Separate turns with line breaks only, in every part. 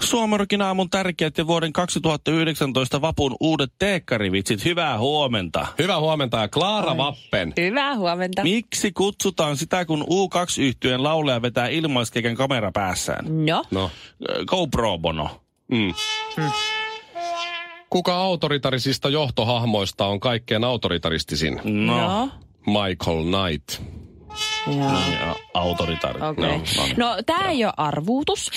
Suomarokin aamun tärkeät ja vuoden 2019 vapun uudet teekkarivitsit. Hyvää huomenta.
Hyvää huomenta ja Klaara Vappen.
Hyvää huomenta.
Miksi kutsutaan sitä, kun U2-yhtyeen laulaja vetää ilmaiskeikan kamera päässään?
No,
No,
Ö, GoPro Bono.
mm. Kuka autoritarisista johtohahmoista on kaikkein autoritaristisin?
No. no.
Michael Knight.
Joo.
Ja autoritaari.
Okei.
No, no.
No, tämä ei ole arvuutus.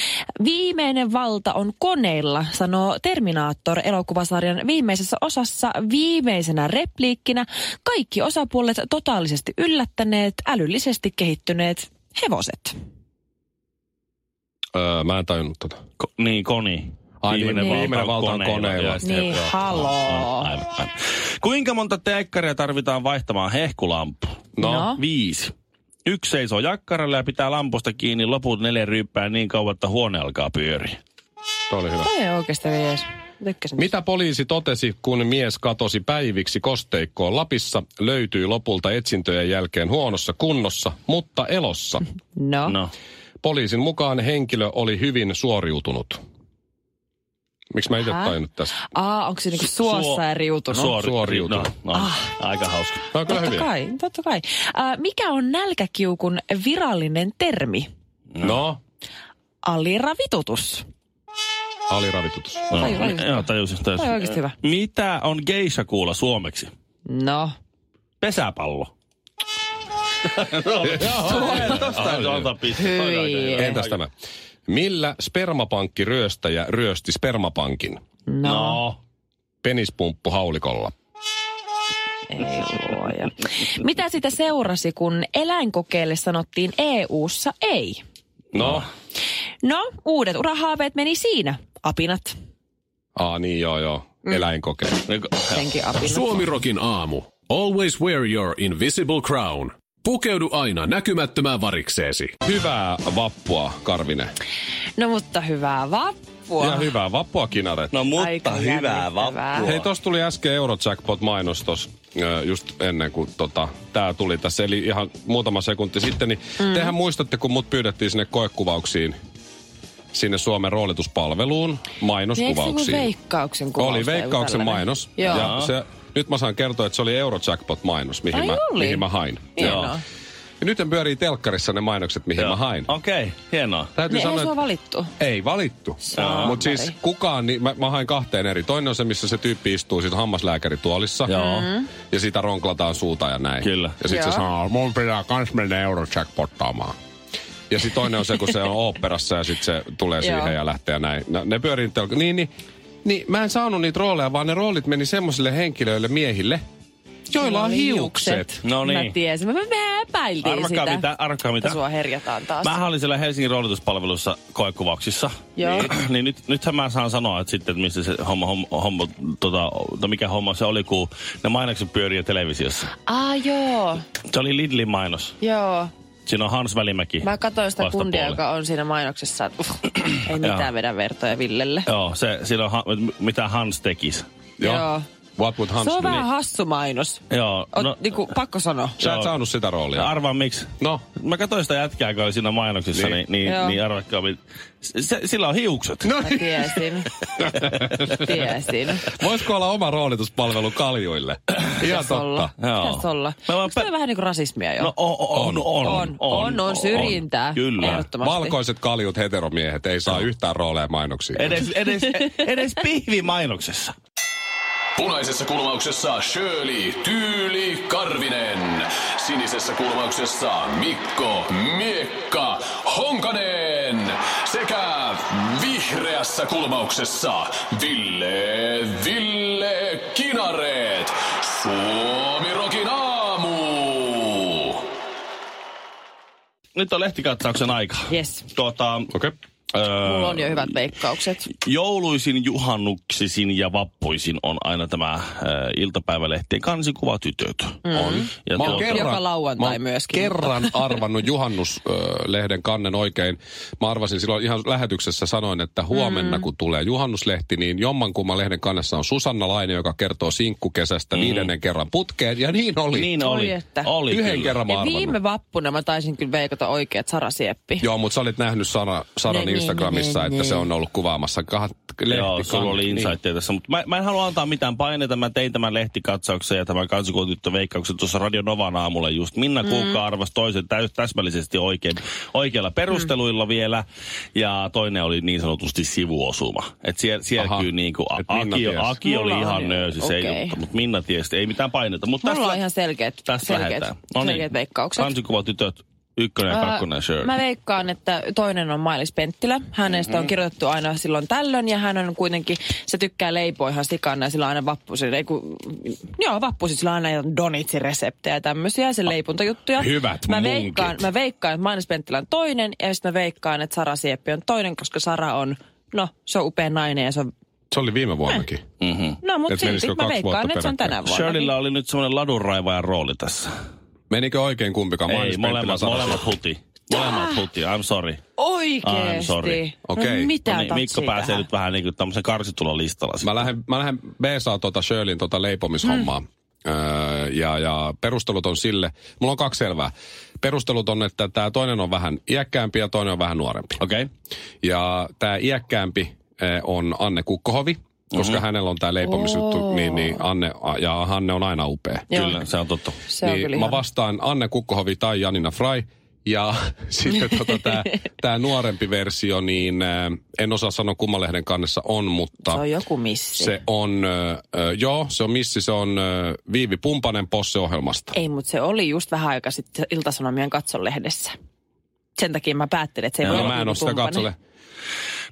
Viimeinen valta on koneilla, sanoo Terminaattor-elokuvasarjan viimeisessä osassa viimeisenä repliikkinä kaikki osapuolet totaalisesti yllättäneet, älyllisesti kehittyneet hevoset.
Öö, mä en tajunnut tota.
Ko- niin, koni.
Ai niin, viimeinen valta on koneilla.
ja sitten-
Niin, haloo.
Mm, Aivan. aivan. Kuinka monta teekkaria tarvitaan vaihtamaan hehkulampu?
No.
No.
Viisi. Yksi seisoo jakkaralla ja pitää lampusta kiinni loput neljä ryyppää niin kauan, että huone alkaa pyöriä.
Toi oli hyvä.
Toi ei oikeastaan jees. Tykkäsin.
Mitä poliisi totesi, kun mies katosi päiviksi kosteikkoon Lapissa, löytyi lopulta etsintöjen jälkeen huonossa kunnossa, mutta elossa.
No.
No.
Poliisin mukaan henkilö oli hyvin suoriutunut. Miksi mä itse tajunnut tästä?
Aa, onko se niinku
Suo-
suossa ja riutunut?
Suori,
Suoriutunut.
No, no, ah. Aika hauska.
Tämä on kyllä
Totta
hyvin.
kai, totta kai. Äh, mikä on nälkäkiukun virallinen termi?
No,
Aliravitutus.
aliravitutus.
No,
Toi oli-
joo, tajusin, tajusin.
toi oli oikeesti hyvä.
Mitä on geisha kuula suomeksi?
No.
Pesäpallo.
No,
Joo, tosta ei ota piste. Toi oli aika hyvä.
Entäs tämä? Millä spermapankkiryöstäjä ryösti spermapankin?
No.
Penispumppu haulikolla.
Ei luoja. Mitä sitä seurasi, kun eläinkokeelle sanottiin EU-ssa ei?
No.
No, uudet urahaaveet meni siinä. Apinat.
Aa, niin joo joo. Eläinkoke.
Senkin apinat.
Suomirokin aamu. Always wear your invisible crown. Pukeudu aina näkymättömään varikseesi.
Hyvää vappua, Karvinen.
No mutta hyvää vappua.
Ja hyvää vappua, Kinaret.
No mutta
Aika
hyvää
jännittävää.
vappua.
Hei, tuossa tuli äsken Eurojackpot-mainos tos, ö, just ennen kuin tota, tämä tuli tässä, eli ihan muutama sekunti sitten. Niin mm. Tehän muistatte, kun mut pyydettiin sinne koekuvauksiin, sinne Suomen roolituspalveluun,
Niin eikö se ollut
mainoskuvauksiin.
veikkauksen kuvaus?
Oli
tai joku
veikkauksen
tällainen?
mainos.
Joo.
Ja se, nyt mä saan kertoa, että se oli Eurojackpot-mainos, mihin,
Ai
mä,
oli?
mihin mä hain.
Hienoa.
Ja nyt pyörii telkkarissa ne mainokset, mihin
Joo.
Joo. mä hain.
Okei, hienoa.
Täytyy
Ne ei
sanoa,
sua
että
valittu.
ei valittu.
Saamari.
Mutta siis kukaan, niin mä, mä hain kahteen eri. Toinen on se, missä se tyyppi istuu sit hammaslääkärituolissa. Mm-hmm.
Joo.
Ja sitä ronklataan suuta ja näin.
Kyllä.
Ja sitten se
Joo.
sanoo, mun pitää kans mennä Eurojackpottaamaan. Ja sitten toinen on se, kun se on oopperassa ja sitten se tulee
Joo.
siihen ja lähtee ja näin. No, ne pyörii nyt telk- niin, niin, niin mä en saanut niitä rooleja, vaan ne roolit meni semmoisille henkilöille, miehille, joilla on hiukset.
No niin.
Mä tiesin. Mä vähän epäiltiin
Arvakaa
sitä.
mitä, arvakaa
Että
mitä.
sua herjataan taas.
Mä olin siellä Helsingin roolituspalvelussa koekuvauksissa.
Joo.
Niin, niin nyt, nythän mä saan sanoa, että sitten, että mistä se homma, homma, homma tota, tai mikä homma se oli, kun ne mainokset pyörii televisiossa.
Aa, joo.
Se oli Lidlin mainos.
Joo.
Siinä on Hans Välimäki.
Mä katsoin sitä
vastapuoli.
kundia, joka on siinä mainoksessa. että uff, ei mitään vedä vertoja Villelle.
Joo, se, siinä on, ha- mit- mitä Hans tekisi.
Joo.
What would Hans
Se on
do?
vähän hassu mainos.
Joo,
Oot,
niin- no,
niinku, pakko sanoa.
Sä
Joo.
et saanut sitä roolia.
arvaa miksi.
no,
Mä katsoin sitä jätkää, joka oli siinä mainoksessa, niin,
Niin.
niin, niin,
Joo.
niin arvatkaa, mit- se, sillä on hiukset.
no
Mä
niin.
tiesin. tiesin.
Voisiko olla oma roolituspalvelu kaljuille? Ihan
Pitäis olla.
totta.
Joo.
Pitäis olla.
Mä vaan
Onks toi
pä-
vähän niinku rasismia jo?
No on, on, on,
on, on, on syrjintää.
Kyllä.
Ehdottomasti.
Valkoiset kaljut heteromiehet ei saa yhtään rooleja mainoksiin.
Edes, edes, edes pihvimainoksessa.
Punaisessa kulmauksessa Shirley Tyyli Karvinen. Sinisessä kulmauksessa Mikko Miekka Honkanen. Sekä vihreässä kulmauksessa Ville Ville Kinareet. Suomirokin aamu.
Nyt on lehtikatsauksen aika.
Yes.
Tuota,
Okei. Okay.
Öö,
Mulla on jo hyvät veikkaukset.
jouluisin, juhannuksisin ja vappuisin on aina tämä äh, iltapäivälehtien kansikuva tytöt. Mm. On. Ja
Mä oon
tuota-
Joka lauantai
mä oon
myöskin.
kerran arvannut juhannuslehden kannen oikein. Mä arvasin silloin ihan lähetyksessä sanoin, että
Mm.
huomenna kun tulee juhannuslehti, niin jommankumman lehden kannessa on Susanna Laine, joka kertoo sinkkukesästä mm. viidennen kerran putkeen. Ja niin oli.
Niin
Oli,
oli.
että.
oli
Yhden
kyllä.
kerran mä
Ja
arvannut.
viime vappuna mä taisin kyllä veikata oikeat Sara Sieppi.
Joo, mutta sä olit nähnyt Sara, Saran
Ne, ne,
Instagramissa,
ne, niin. ne,
että
ne.
se on ollut kuvaamassa kahat lehti.
Joo, sulla oli
niin.
insight tässä. Mutta mä, mä en halua antaa mitään paineita. Mä tein tämän lehtikatsauksen ja tämän kansakuntatyttöveikkauksen tuossa Radio Novan aamulla just. Minna mm. Kuukka arvasi toisen täys, täsmällisesti oikein, oikeilla perusteluilla mm. vielä. Ja toinen oli niin sanotusti sivuosuma. Et siellä, siellä
Aha.
kyllä niin kuin,
Et Minna
Aki,
tiesi.
Aki oli
Mulla on
ihan
jo-
nöösi se
okei.
juttu, mutta Minna tiesi, ei mitään paineita. Mut
Mulla
tästä-
on ihan selkeät,
Tästä
selkeät,
lähdetään. No niin.
selkeät veikkaukset.
Kansikuvatytöt, ykkönen ja
Ää,
kakkonen, sure.
Mä veikkaan, että toinen on Mailis Penttilä. Hänestä
Mhm.
mm-hmm. on kirjoitettu aina silloin tällöin ja hän on kuitenkin, se tykkää leipoa ihan sikana ja sillä on aina vappusin, ei kun, joo vappusin, sillä on aina jotain donitsireseptejä ja tämmöisiä, se leipuntajuttuja.
Hyvät
mä
munkit.
veikkaan, mä veikkaan, että Mailis Penttilä on toinen ja sitten mä veikkaan, että Sara Sieppi on toinen, koska Sara on, no se on upea nainen ja se on,
Se oli viime vuonnakin.
no mutta
Mm. Et
silti
menisikö
mä
kaksi
veikkaan,
vuotta
että se on tänä
peräkkäin?
vuonna.
Shirleyllä oli nyt semmoinen ladunraivajan rooli tässä.
Menikö oikein kumpikaan?
Ei,
Mainitsi Penttilä
molemmat,
Sara
molemmat huti. Molemmat huti, I'm sorry. Ah, I'm
Niin Oikeesti.
sorry.
Okei.
No mitä
No niin, Mikko
tatsia
pääsee
tähän?
nyt vähän niin kuin tämmöisen karsitulolistalla.
Mä lähden, mä lähden B-saa tota Shirleyn tota leipomishommaa. Mm. Öö, ja, ja perustelut on sille, mulla on kaksi selvää. Perustelut on, että tämä toinen on vähän iäkkäämpi ja toinen on vähän nuorempi.
Okei. Okay.
Ja tämä iäkkäämpi eh, on Anne Kukkohovi,
Mhm.
koska mm-hmm. hänellä on tämä leipomisjuttu, niin, niin Anne ja Hanne on aina upea.
Joo.
Kyllä, se on totta.
Se on
niin
kyllä
mä
ihan-
vastaan Anne Kukkohovi tai Janina Fry. Ja sitten tota, tämä tää nuorempi versio, niin ää, en osaa sanoa kummalehden kannessa on, mutta...
Se on joku missi.
Se on, ö, ö, joo, se on missi, se on ö, Viivi Pumpanen Posse-ohjelmasta.
Ei, mutta se oli just vähän aika sitten Ilta-Sanomien katsonlehdessä. Sen takia mä päättelin, että se ei voi
No
olla
mä en
Viivi
ole sitä
Pumpanen.
katsole.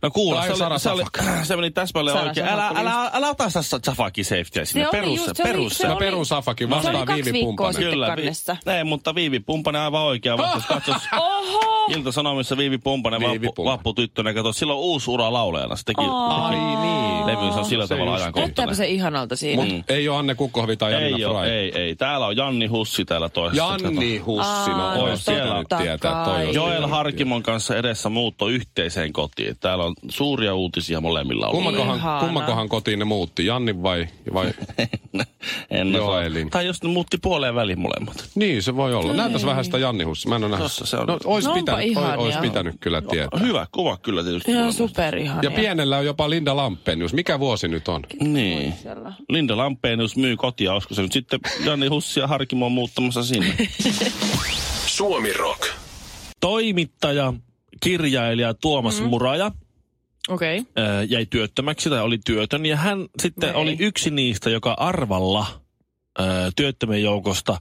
No kuule,
Tai
se, oli,
Sara
se, oli, se meni täsmälleen
Sara
oikein.
Safak
Älä,
oli
älä, älä, ota sitä Zafakin safetyä sinne.
Se oli
Perus,
just-
se,
se oli-
perus.
se
No
oli-
perusafakin
se oli
vastaan
kaksi
Viivi
viikkoa
Pumpanen.
sitten.
Kyllä.
kannessa.
ei, mutta Viivi Pumpanen aivan oikea vastaus. Katsos.
Oho!
Ilta-Sanomissa Viivi Pumpanen,
Viivi
vappu,
Pumpanen.
vappu tyttönen. Kato, sillä on uusi ura laulajana. Se teki, teki
niin.
levy, se on sillä
Se
tavalla
just-
Näyttääpä
ajankohtainen.
se ihanalta siinä.
Mut ei ole Anne Kukkohovi tai Janina
Ei, oo,
Fry.
ei, ei. Täällä on Janni Hussi täällä toisessa.
Janni Hussi,
Aa,
no
no
ois sitä
totta
nyt tietää. Toi
kai.
olisi
Joel
pitänyt
Harkimon kanssa edessä muutto yhteiseen kotiin. Täällä on suuria uutisia molemmilla
tietää.
ollut.
Kummankohan,
Ihana.
kummankohan kotiin ne muutti, Janni vai? vai?
en
Joo,
osaa.
eli-
Tai jos ne muutti puoleen väliin molemmat.
niin, se voi olla. Näytäs vähän sitä Janni Hussi. Mä en ole nähnyt.
Tossa se on. No,
No, ois
No onpa
pitänyt, oi- ois
ihania.
pitänyt kyllä tietää.
Hyvä kuva kyllä tietysti.
Ihan
Molemmat.
superihania.
Ja pienellä on jopa Linda Lampenius. Mikä vuosi nyt on?
Niin. Linda Lampeenus myy kotia, olisiko se nyt sitten Janni Hussi ja Harkimo on muuttamassa sinne.
Suomi Rock.
Toimittaja, kirjailija Tuomas mm. Muraja
Okei. Okay.
ö, jäi työttömäksi tai oli työtön. Ja hän sitten
No ei.
oli yksi niistä, joka arvalla ö, työttömien joukosta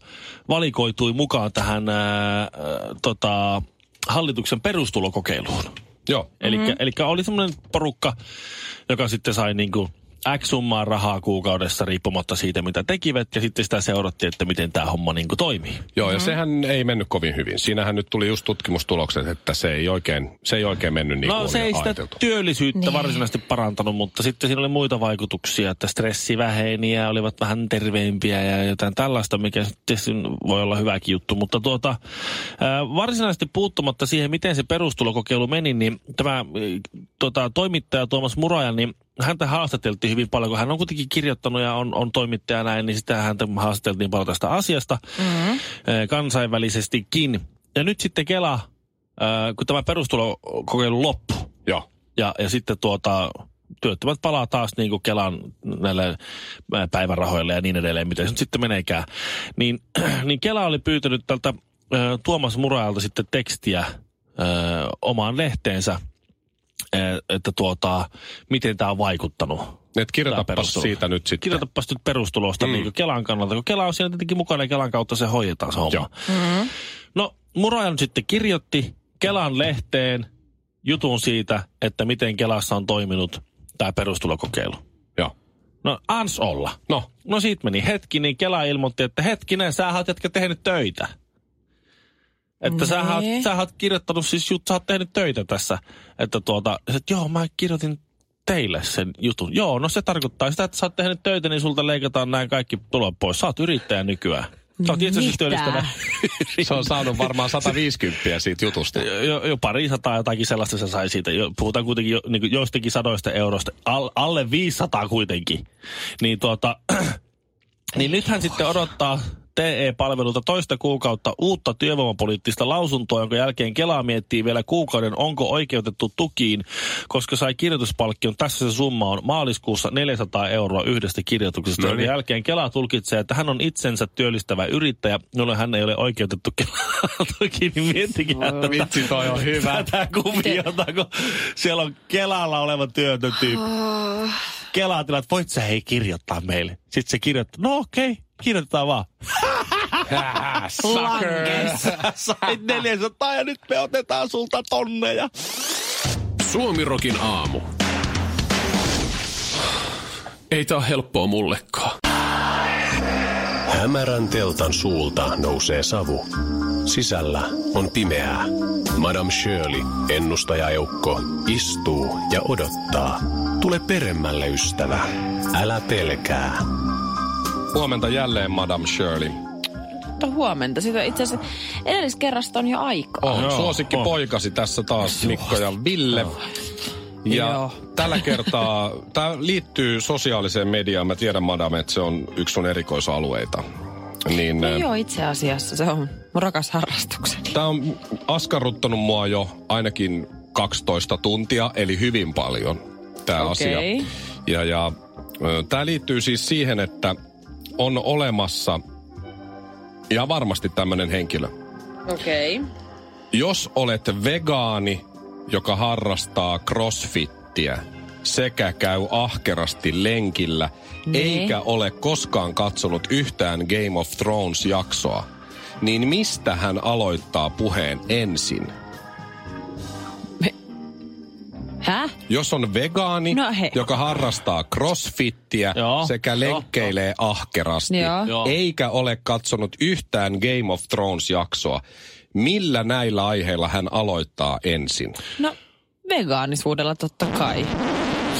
valikoitui mukaan tähän ö, ö, tota, hallituksen perustulokokeiluun.
Joo.
Elikkä, mm-hmm. elikkä oli semmoinen porukka, joka sitten sai niinku X summaa rahaa kuukaudessa riippumatta siitä, mitä tekivät. Ja sitten sitä seurattiin, että miten tämä homma niinku toimii.
Joo, ja
Mm-hmm.
sehän ei mennyt kovin hyvin. Siinähän nyt tuli just tutkimustulokset, että se ei oikein, se ei oikein mennyt niin kuin
no se
oli
ei sitä
ajateltu.
työllisyyttä varsinaisesti parantanut, mutta sitten siinä oli muita vaikutuksia, että stressi väheni ja olivat vähän terveempiä ja jotain tällaista, mikä tietysti voi olla hyväkin juttu. Mutta tuota, ää, varsinaisesti puuttumatta siihen, miten se perustulokokeilu meni, niin tämä eh, tota, toimittaja Tuomas Muraja, niin häntä haastateltiin hyvin paljon, kun hän on kuitenkin kirjoittanut ja on, on toimittaja näin, niin sitä häntä haastateltiin paljon tästä asiasta mm-hmm. kansainvälisestikin. Ja nyt sitten Kela, ää, kun tämä perustulokokeilu loppui,
Joo.
ja, ja sitten tuota, työttömät palaa taas niin kuin Kelan näille ää, päivärahoille ja niin edelleen, miten se nyt sitten meneekään. Niin, niin Kela oli pyytänyt tältä ö, Tuomas Murajalta sitten tekstiä ö, omaan lehteensä, ö, että tuota, miten tämä on vaikuttanut
Et
Tää
kirjoitapa
perustulo.
siitä nyt sitten.
Kirjoitapas nyt perustulosta mm. niin Kelan kannalta, kun Kela on siinä tietenkin mukana ja Kelan kautta se hoidetaan se homma. Mm-hmm. No, Murajan sitten kirjoitti Kelan lehteen jutun siitä, että miten Kelassa on toiminut tämä perustulokokeilu.
Joo.
No, ans olla.
No,
No siitä meni hetki, niin Kela ilmoitti, että hetkinen, sä oot jätkä tehnyt töitä. Että sä oot, sä oot kirjoittanut, siis jut, sä oot tehnyt töitä tässä. Että tuota, sä oot, joo mä kirjoitin teille sen jutun. Joo, no se tarkoittaa sitä, että sä oot tehnyt töitä, niin sulta leikataan nämä kaikki tulot pois. Sä oot yrittäjä nykyään. Sä oot itsesi
Mitä?
työllistävä.
Se on saanut varmaan 150 siitä jutusta.
jo, jo, jo pari sataa jotakin sellaista se sai siitä. Jo, puhutaan kuitenkin jo, niin joistakin sadoista euroista. Al, alle 500 kuitenkin. Niin tuota, niin nythän sitten odottaa TE-palvelulta toista kuukautta uutta työvoimapoliittista lausuntoa, jonka jälkeen Kela miettii vielä kuukauden, onko oikeutettu tukiin, koska sai kirjoituspalkkion. Tässä se summa on maaliskuussa 400 euroa yhdestä kirjoituksesta,
No
jonka
niin.
jälkeen Kela tulkitsee, että hän on itsensä työllistävä yrittäjä, jolloin hän ei ole oikeutettu Kelaan tukiin, niin miettikää tätä
Vitsi, toi on hyvä.
tätä kuviota, kun siellä on Kelalla oleva työtön tyyppi.
Oh.
Kelaa tilat, voit sä hei kirjoittaa meille. Sitten se kirjoittaa, no okei, kirjoitetaan vaan. Sait 400 ja nyt me otetaan sulta tonneja.
Suomirokin aamu. Ei tää oo helppoa mullekaan. Hämärän teltan suulta nousee savu. Sisällä on pimeää. Madame Shirley, ennustajaeukko, istuu ja odottaa. Tule peremmälle, ystävä. Älä pelkää.
Huomenta jälleen, Madame Shirley.
Mutta huomenta. Sitä itse asiassa edelliskerrasta on jo aikaa.
On
Joo,
suosikki
on.
poikasi tässä taas Mikko ja Ville. Ja
Joo.
tällä kertaa, tämä liittyy sosiaaliseen mediaan. Mä tiedän, madame, että se on yksi sun erikoisalueita. Niin,
No joo, itse asiassa se on mun rakas harrastukseni.
tämä on askarruttanut mua jo ainakin 12 tuntia, eli hyvin paljon tämä
Okei.
asia. Ja, ja tämä liittyy siis siihen, että on olemassa ja varmasti tämmöinen henkilö.
Okei. Okay.
Jos olet vegaani, joka harrastaa crossfittiä sekä käy ahkerasti lenkillä,
Niin.
eikä ole koskaan katsonut yhtään Game of Thrones-jaksoa, niin mistä hän aloittaa puheen ensin?
Häh?
Jos on vegaani,
No hei.
joka harrastaa crossfittiä
Joo,
sekä
joo,
lenkkeilee ahkerasti,
Joo.
Joo.
eikä ole katsonut yhtään Game of Thrones-jaksoa, millä näillä aiheilla hän aloittaa ensin?
No, vegaanisuudella totta kai.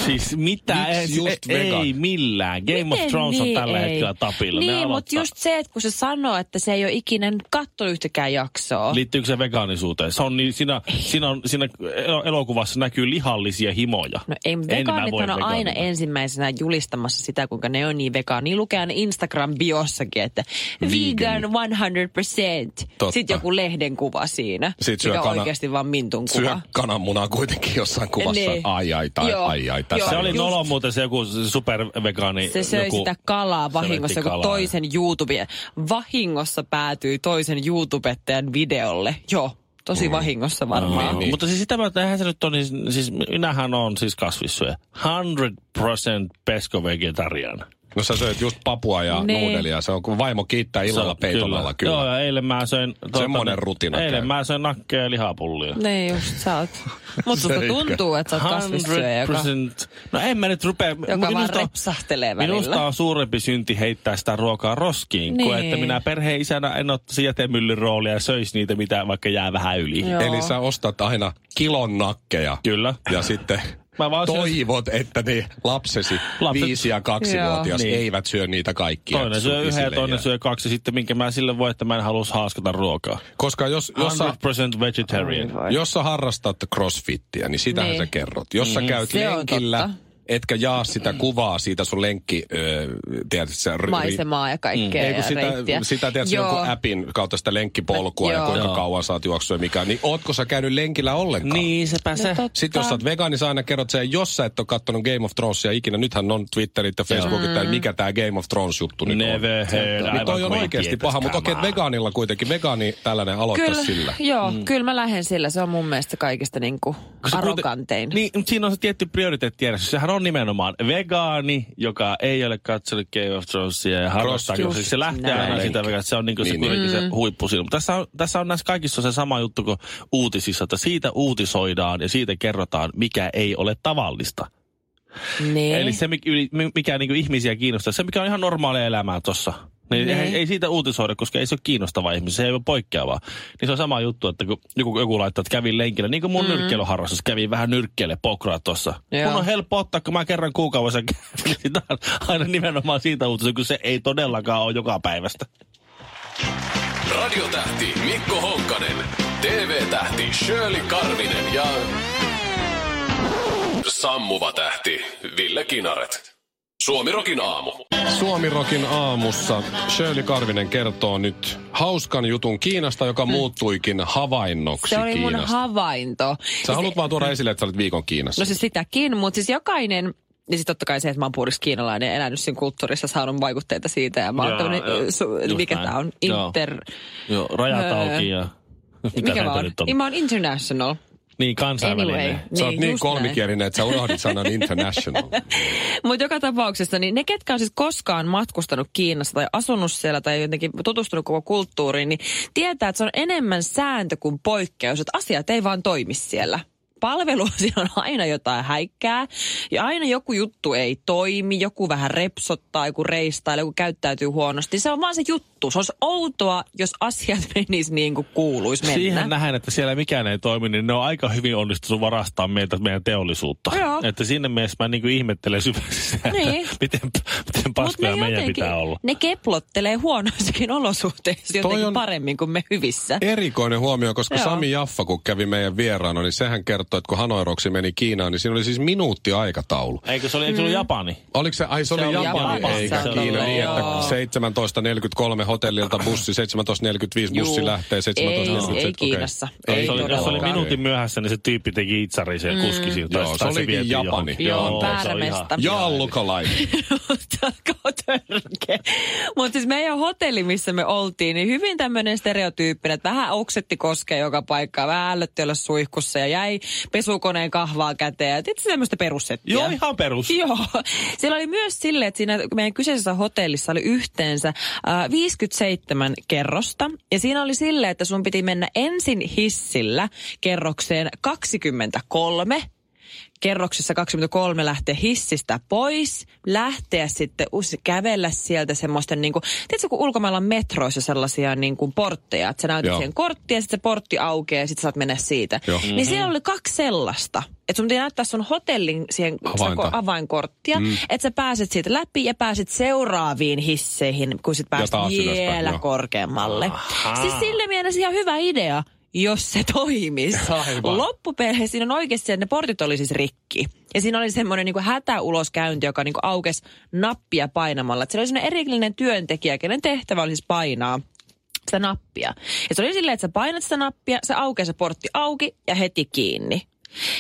Siis mitä?
Miksi
Ei,
just
ei,
vegan?
ei millään. Game of
Miten
Thrones
niin
on tällä
ei?
hetkellä tapilla. Ne
Niin, mutta
aloittaa.
just se, että kun se sanoo, että se ei ole ikinä katsonut yhtäkään jaksoa.
Liittyykö se vegaanisuuteen? Se on niin, siinä, siinä, on, siinä el- elokuvassa näkyy lihallisia himoja.
No ei, mutta
En mä
vegaanit
voi
on aina
vegaanina.
ensimmäisenä julistamassa sitä, kuinka ne on niin vegaani. Lukee aina Instagram-biossakin, että vegan 100%.
Totta.
Sitten joku lehden kuva siinä,
Sit syö
mikä on
kana-
oikeasti vaan mintun kuva.
syö kananmunaa kuitenkin jossain kuvassa.
Niin.
Ai ai, tai
Joo.
ai ai. Tässä
Joo.
Se oli
Just-
nolo muuten se joku supervegaani.
Se söi
joku,
sitä kalaa vahingossa, kun
kalaa.
toisen YouTube, vahingossa päätyi toisen YouTubettajan videolle. Joo, tosi
Mm.
vahingossa varmaan.
Niin, niin. Mutta siis sitä mä, että eihän se nyt on, siis, siis minähän on siis kasvissyöjä. 100% peskovegetarian.
No sä söit just papua ja
Niin.
nuudelia. Se on, kun vaimo kiittää illalla peitonalla, kyllä.
Joo, ja eilen mä söin... tuota,
Semmoinen rutina
Eilen
käy.
mä söin nakkeja ja lihapullia.
Ne just sä oot. Mutta susta
Seikö?
tuntuu, että sä oot kasvissyöjä, joka,
100%. No en mä nyt rupea...
joka vaan repsahtelee välillä.
Minusta on suurempi synti heittää sitä ruokaa roskiin, niin. kuin
Niin.
että minä perheen isänä en ottaisi jätemyllyn roolia ja söisi niitä, mitä vaikka jää vähän yli.
Joo.
Eli sä ostat aina kilon nakkeja.
Kyllä.
Ja sitten
Mä vaan syön-
toivot, että ne lapsesi,
Lapset-
viisi- ja kaksivuotias,
Joo. Niin.
eivät syö niitä kaikkia.
Toinen
sun
syö yhden ja
isille
toinen
jää.
syö kaksi, sitten minkä mä sille voi, että mä en halus haaskata ruokaa.
Koska jos, jos, sä,
100% vegetarian.
jos sä harrastat crossfittiä, niin sitähän
Niin.
sä kerrot. Jos
Mm.
sä käyt
Se on
lenkillä,
totta.
etkä jaa sitä kuvaa siitä sun lenkki, ö, tiedät, sä, ry-
maisemaa ja kaikkea
Ei,
ja
kun sitä,
reittiä.
sitä tiedät
Joo.
jonkun appin kautta sitä lenkkipolkua
Mä-
ja
joo.
kuinka
Joo.
kauan saat juoksua ja mikä. Niin ootko sä käynyt lenkillä ollenkaan?
Niin, sepä se.
No totta.
Sitten jos sä oot vegaani, sä aina kerrot sen, jos sä et ole kattonut Game of Thronesia ikinä, nythän on Twitterit ja Facebookit, tai
Mm.
mikä tämä Game of Thrones juttu nyt on.
Never heard.
Niin
aivan
toi on
kuin ei
oikeasti
tietäisi
paha, mutta okei,
kamaa.
okay, vegaanilla kuitenkin, vegaani tällainen aloittaa
Kyllä,
sillä.
joo, mm. kyllä mä lähden sillä. Se on mun mielestä kaikista niinku
Kun se kuiten-
arrogantein.
Niin, mutta siinä on se tietty prioriteettijärjestys. Sehän on nimenomaan vegaani, joka ei ole katsonut Game of Thronesia ja harrastaa.
Cross-
Siis se lähtee
Näin.
aina siitä vegaanista. Se on niinku se,
Niin,
kuitenkin
Mm.
se huippu siinä. Mutta Tässä on, tässä on näissä kaikissa se sama juttu kuin uutisissa, että siitä uutisoidaan ja siitä kerrotaan, mikä ei ole tavallista.
Niin.
Eli se, mi- yli- mi- mikä niinku ihmisiä kiinnostaa, se mikä on ihan normaalia elämää tuossa. Niin ei, ei siitä uutisoida, koska ei se ole kiinnostavaa ihmisiä, se ei ole poikkeavaa. Niin se on sama juttu, että kun joku, joku laittaa, että kävin lenkillä, niin kuin mun mm. nyrkkeilyharrastus, kävin vähän nyrkkeelle pokraa tuossa. Mun on helppo ottaa, kun mä kerran kuukaudessa kävin sitä aina nimenomaan siitä uutisoida, kun se ei todellakaan ole joka päivästä.
Radiotähti Mikko Honkanen, TV-tähti Shirley Karvinen ja sammuva tähti Ville Kinaret. Suomi Rokin aamu.
Suomirokin aamussa Shirley Karvinen kertoo nyt hauskan jutun Kiinasta, joka muuttuikin havainnoksi
Mm. Se oli mun
Kiinasta.
havainto.
Sä haluat vaan tuoda esille, että sä olit viikon Kiinassa.
No siis sitäkin, mutta siis jokainen... Ja sitten totta kai se, että mä oon puoliksi kiinalainen ja elänyt siinä kulttuurissa, saanut vaikutteita siitä. Ja mä oon
Joo,
tämmönen,
joo,
su,
just
mikä
näin.
tää on,
Joo.
inter...
Joo, rajat
Öö,
auki ja... Mitä
Mikä mä
näitä
oon?
nyt on?
Niin mä oon international.
Niin, kansainvälinen.
Anyway.
Sä oot
Niin,
niin
just näin.
kolmikielinen, että sä unohdit sanan international.
Mutta joka tapauksessa, niin ne, ketkä on siis koskaan matkustanut Kiinassa tai asunut siellä tai jotenkin tutustunut koko kulttuuriin, niin tietää, että se on enemmän sääntö kuin poikkeus, että asiat ei vaan toimi siellä. Palvelu siellä on aina jotain häikkää ja aina joku juttu ei toimi, joku vähän repsottaa, joku reistaa, joku käyttäytyy huonosti. Se on vaan se juttu. Se olisi outoa, jos asiat menis niin kuin kuuluisi mennä.
Siihen nähdään, että siellä mikään ei toimi, niin ne on aika hyvin onnistunut varastaa meiltä meidän teollisuutta.
Joo.
Että sinne mielessä mä niin ihmettelen syvästi sitä,
Niin.
että miten, miten
Mut
paskoja
ne
meidän
jotenkin-
pitää olla.
Ne keplottelee huonoissakin olosuhteissa jotenkin
on-
on... paremmin kuin me hyvissä.
Erikoinen huomio, koska
Joo.
Sami Jaffa, kun kävi meidän vieraana, niin sehän kertoi, että kun Hanoiroksi meni Kiinaan, niin siinä oli siis minuutti aikataulu.
Eikö se oli, eikö se
Mm.
ollut Japani?
Oliko se, ai se oli
oli
Japani,
Japanissa
eikä
ollut,
Kiina, niin
joo.
että 17.43 hotellilta bussi, 17.45 bussi
Juu.
lähtee, 17.47.
Ei, ei
okei.
Kiinassa.
Jos
Ei
se oli, jos se oli
todellakaan.
minuutin myöhässä, niin se tyyppi teki itsari se mm. kuski siltä.
Joo,
tai
se olikin
vietiin
Japani.
johonkin.
Joo,
se oli ihan-
päärämestä.
Jaa, lookalike.
Mutta siis meidän hotelli, missä me oltiin, niin hyvin tämmöinen stereotyyppinen, että vähän oksetti koskee joka paikkaa, vähän ällötti olla suihkussa ja jäi pesukoneen kahvaa käteen. Et Itse tämmöistä perussettiä.
Joo, ihan perus.
Joo. Siellä oli myös silleen, että siinä meidän kyseisessä hotellissa oli yhteensä äh, 57 kerrosta. Ja siinä oli silleen, että sun piti mennä ensin hissillä kerrokseen 23 kerroksessa 23 lähteä hissistä pois, lähteä sitten us- kävellä sieltä semmoisten, niin kuin, tiedätkö kun ulkomailla on metroissa sellaisia niin kuin portteja, että sä näytät
Joo.
Joo. siihen korttia ja sitten se portti aukeaa ja sitten saat mennä siitä.
Joo.
Niin siellä oli kaksi sellaista, että sun piti näyttää sun hotellin siihen
Avainta.
avainta avainkorttia, mm. että sä pääset siitä läpi ja pääset seuraaviin hisseihin, kun sit pääset
taas ylöspäin,
vielä
joo.
korkeammalle. Aha. Siis sillä mielessä ihan hyvä idea, jos se toimisi.
Aivan.
Loppupeleissä siinä on oikeasti, että ne portit oli siis rikki. Ja siinä oli semmoinen niin hätäuloskäynti, joka niin aukesi nappia painamalla. Et siellä oli semmoinen erillinen työntekijä, kenen tehtävä oli siis painaa sitä nappia. Ja se oli silleen, että sä painat sitä nappia, se aukeaa se portti auki ja heti kiinni.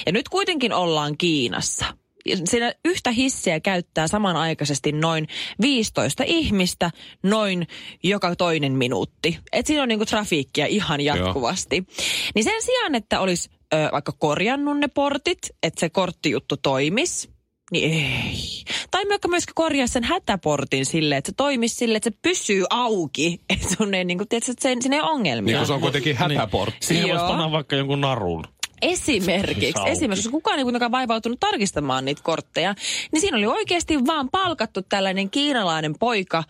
Ja nyt kuitenkin ollaan Kiinassa. Ja Siinä yhtä hissiä käyttää samanaikaisesti noin 15 ihmistä noin joka toinen minuutti. Et siinä on niinku trafiikkia ihan jatkuvasti. Niin sen sijaan, että olisi ö, vaikka korjannut ne portit, että se korttijuttu toimisi, niin ei. Tai vaikka myöskin korjaa sen hätäportin sille, että se toimisi sille, että se pysyy auki. Että sun ei, niin kuin, tiedätkö, että se, siinä ei ole ongelmia.
Niin kun se on kuitenkin hätäportti.
Siihen voisi
Joo.
panna vaikka jonkun narun.
Esimerkiksi,
Sauki.
esimerkiksi, jos kukaan ei kuitenkaan vaivautunut tarkistamaan niitä kortteja, niin siinä oli oikeasti vaan palkattu tällainen kiinalainen poika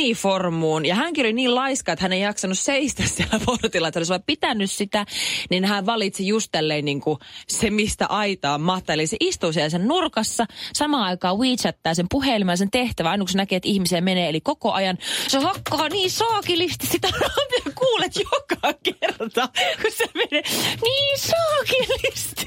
uniformuun. Ja hänkin oli niin laiska, että hän ei jaksanut seistä siellä portilla, että olisi vaan pitänyt sitä. Niin hän valitsi just tälleen niin kuin se, mistä aitaa mahtaa. Eli se istuu siellä sen nurkassa, samaan aikaan WeChattaa sen puhelimen sen tehtävä, aina kun se näkee, että ihmisiä menee. Eli koko ajan se hakkaa niin saakilisti sitä naamia, kuulet joka kerta, kun se menee niin saakilisti.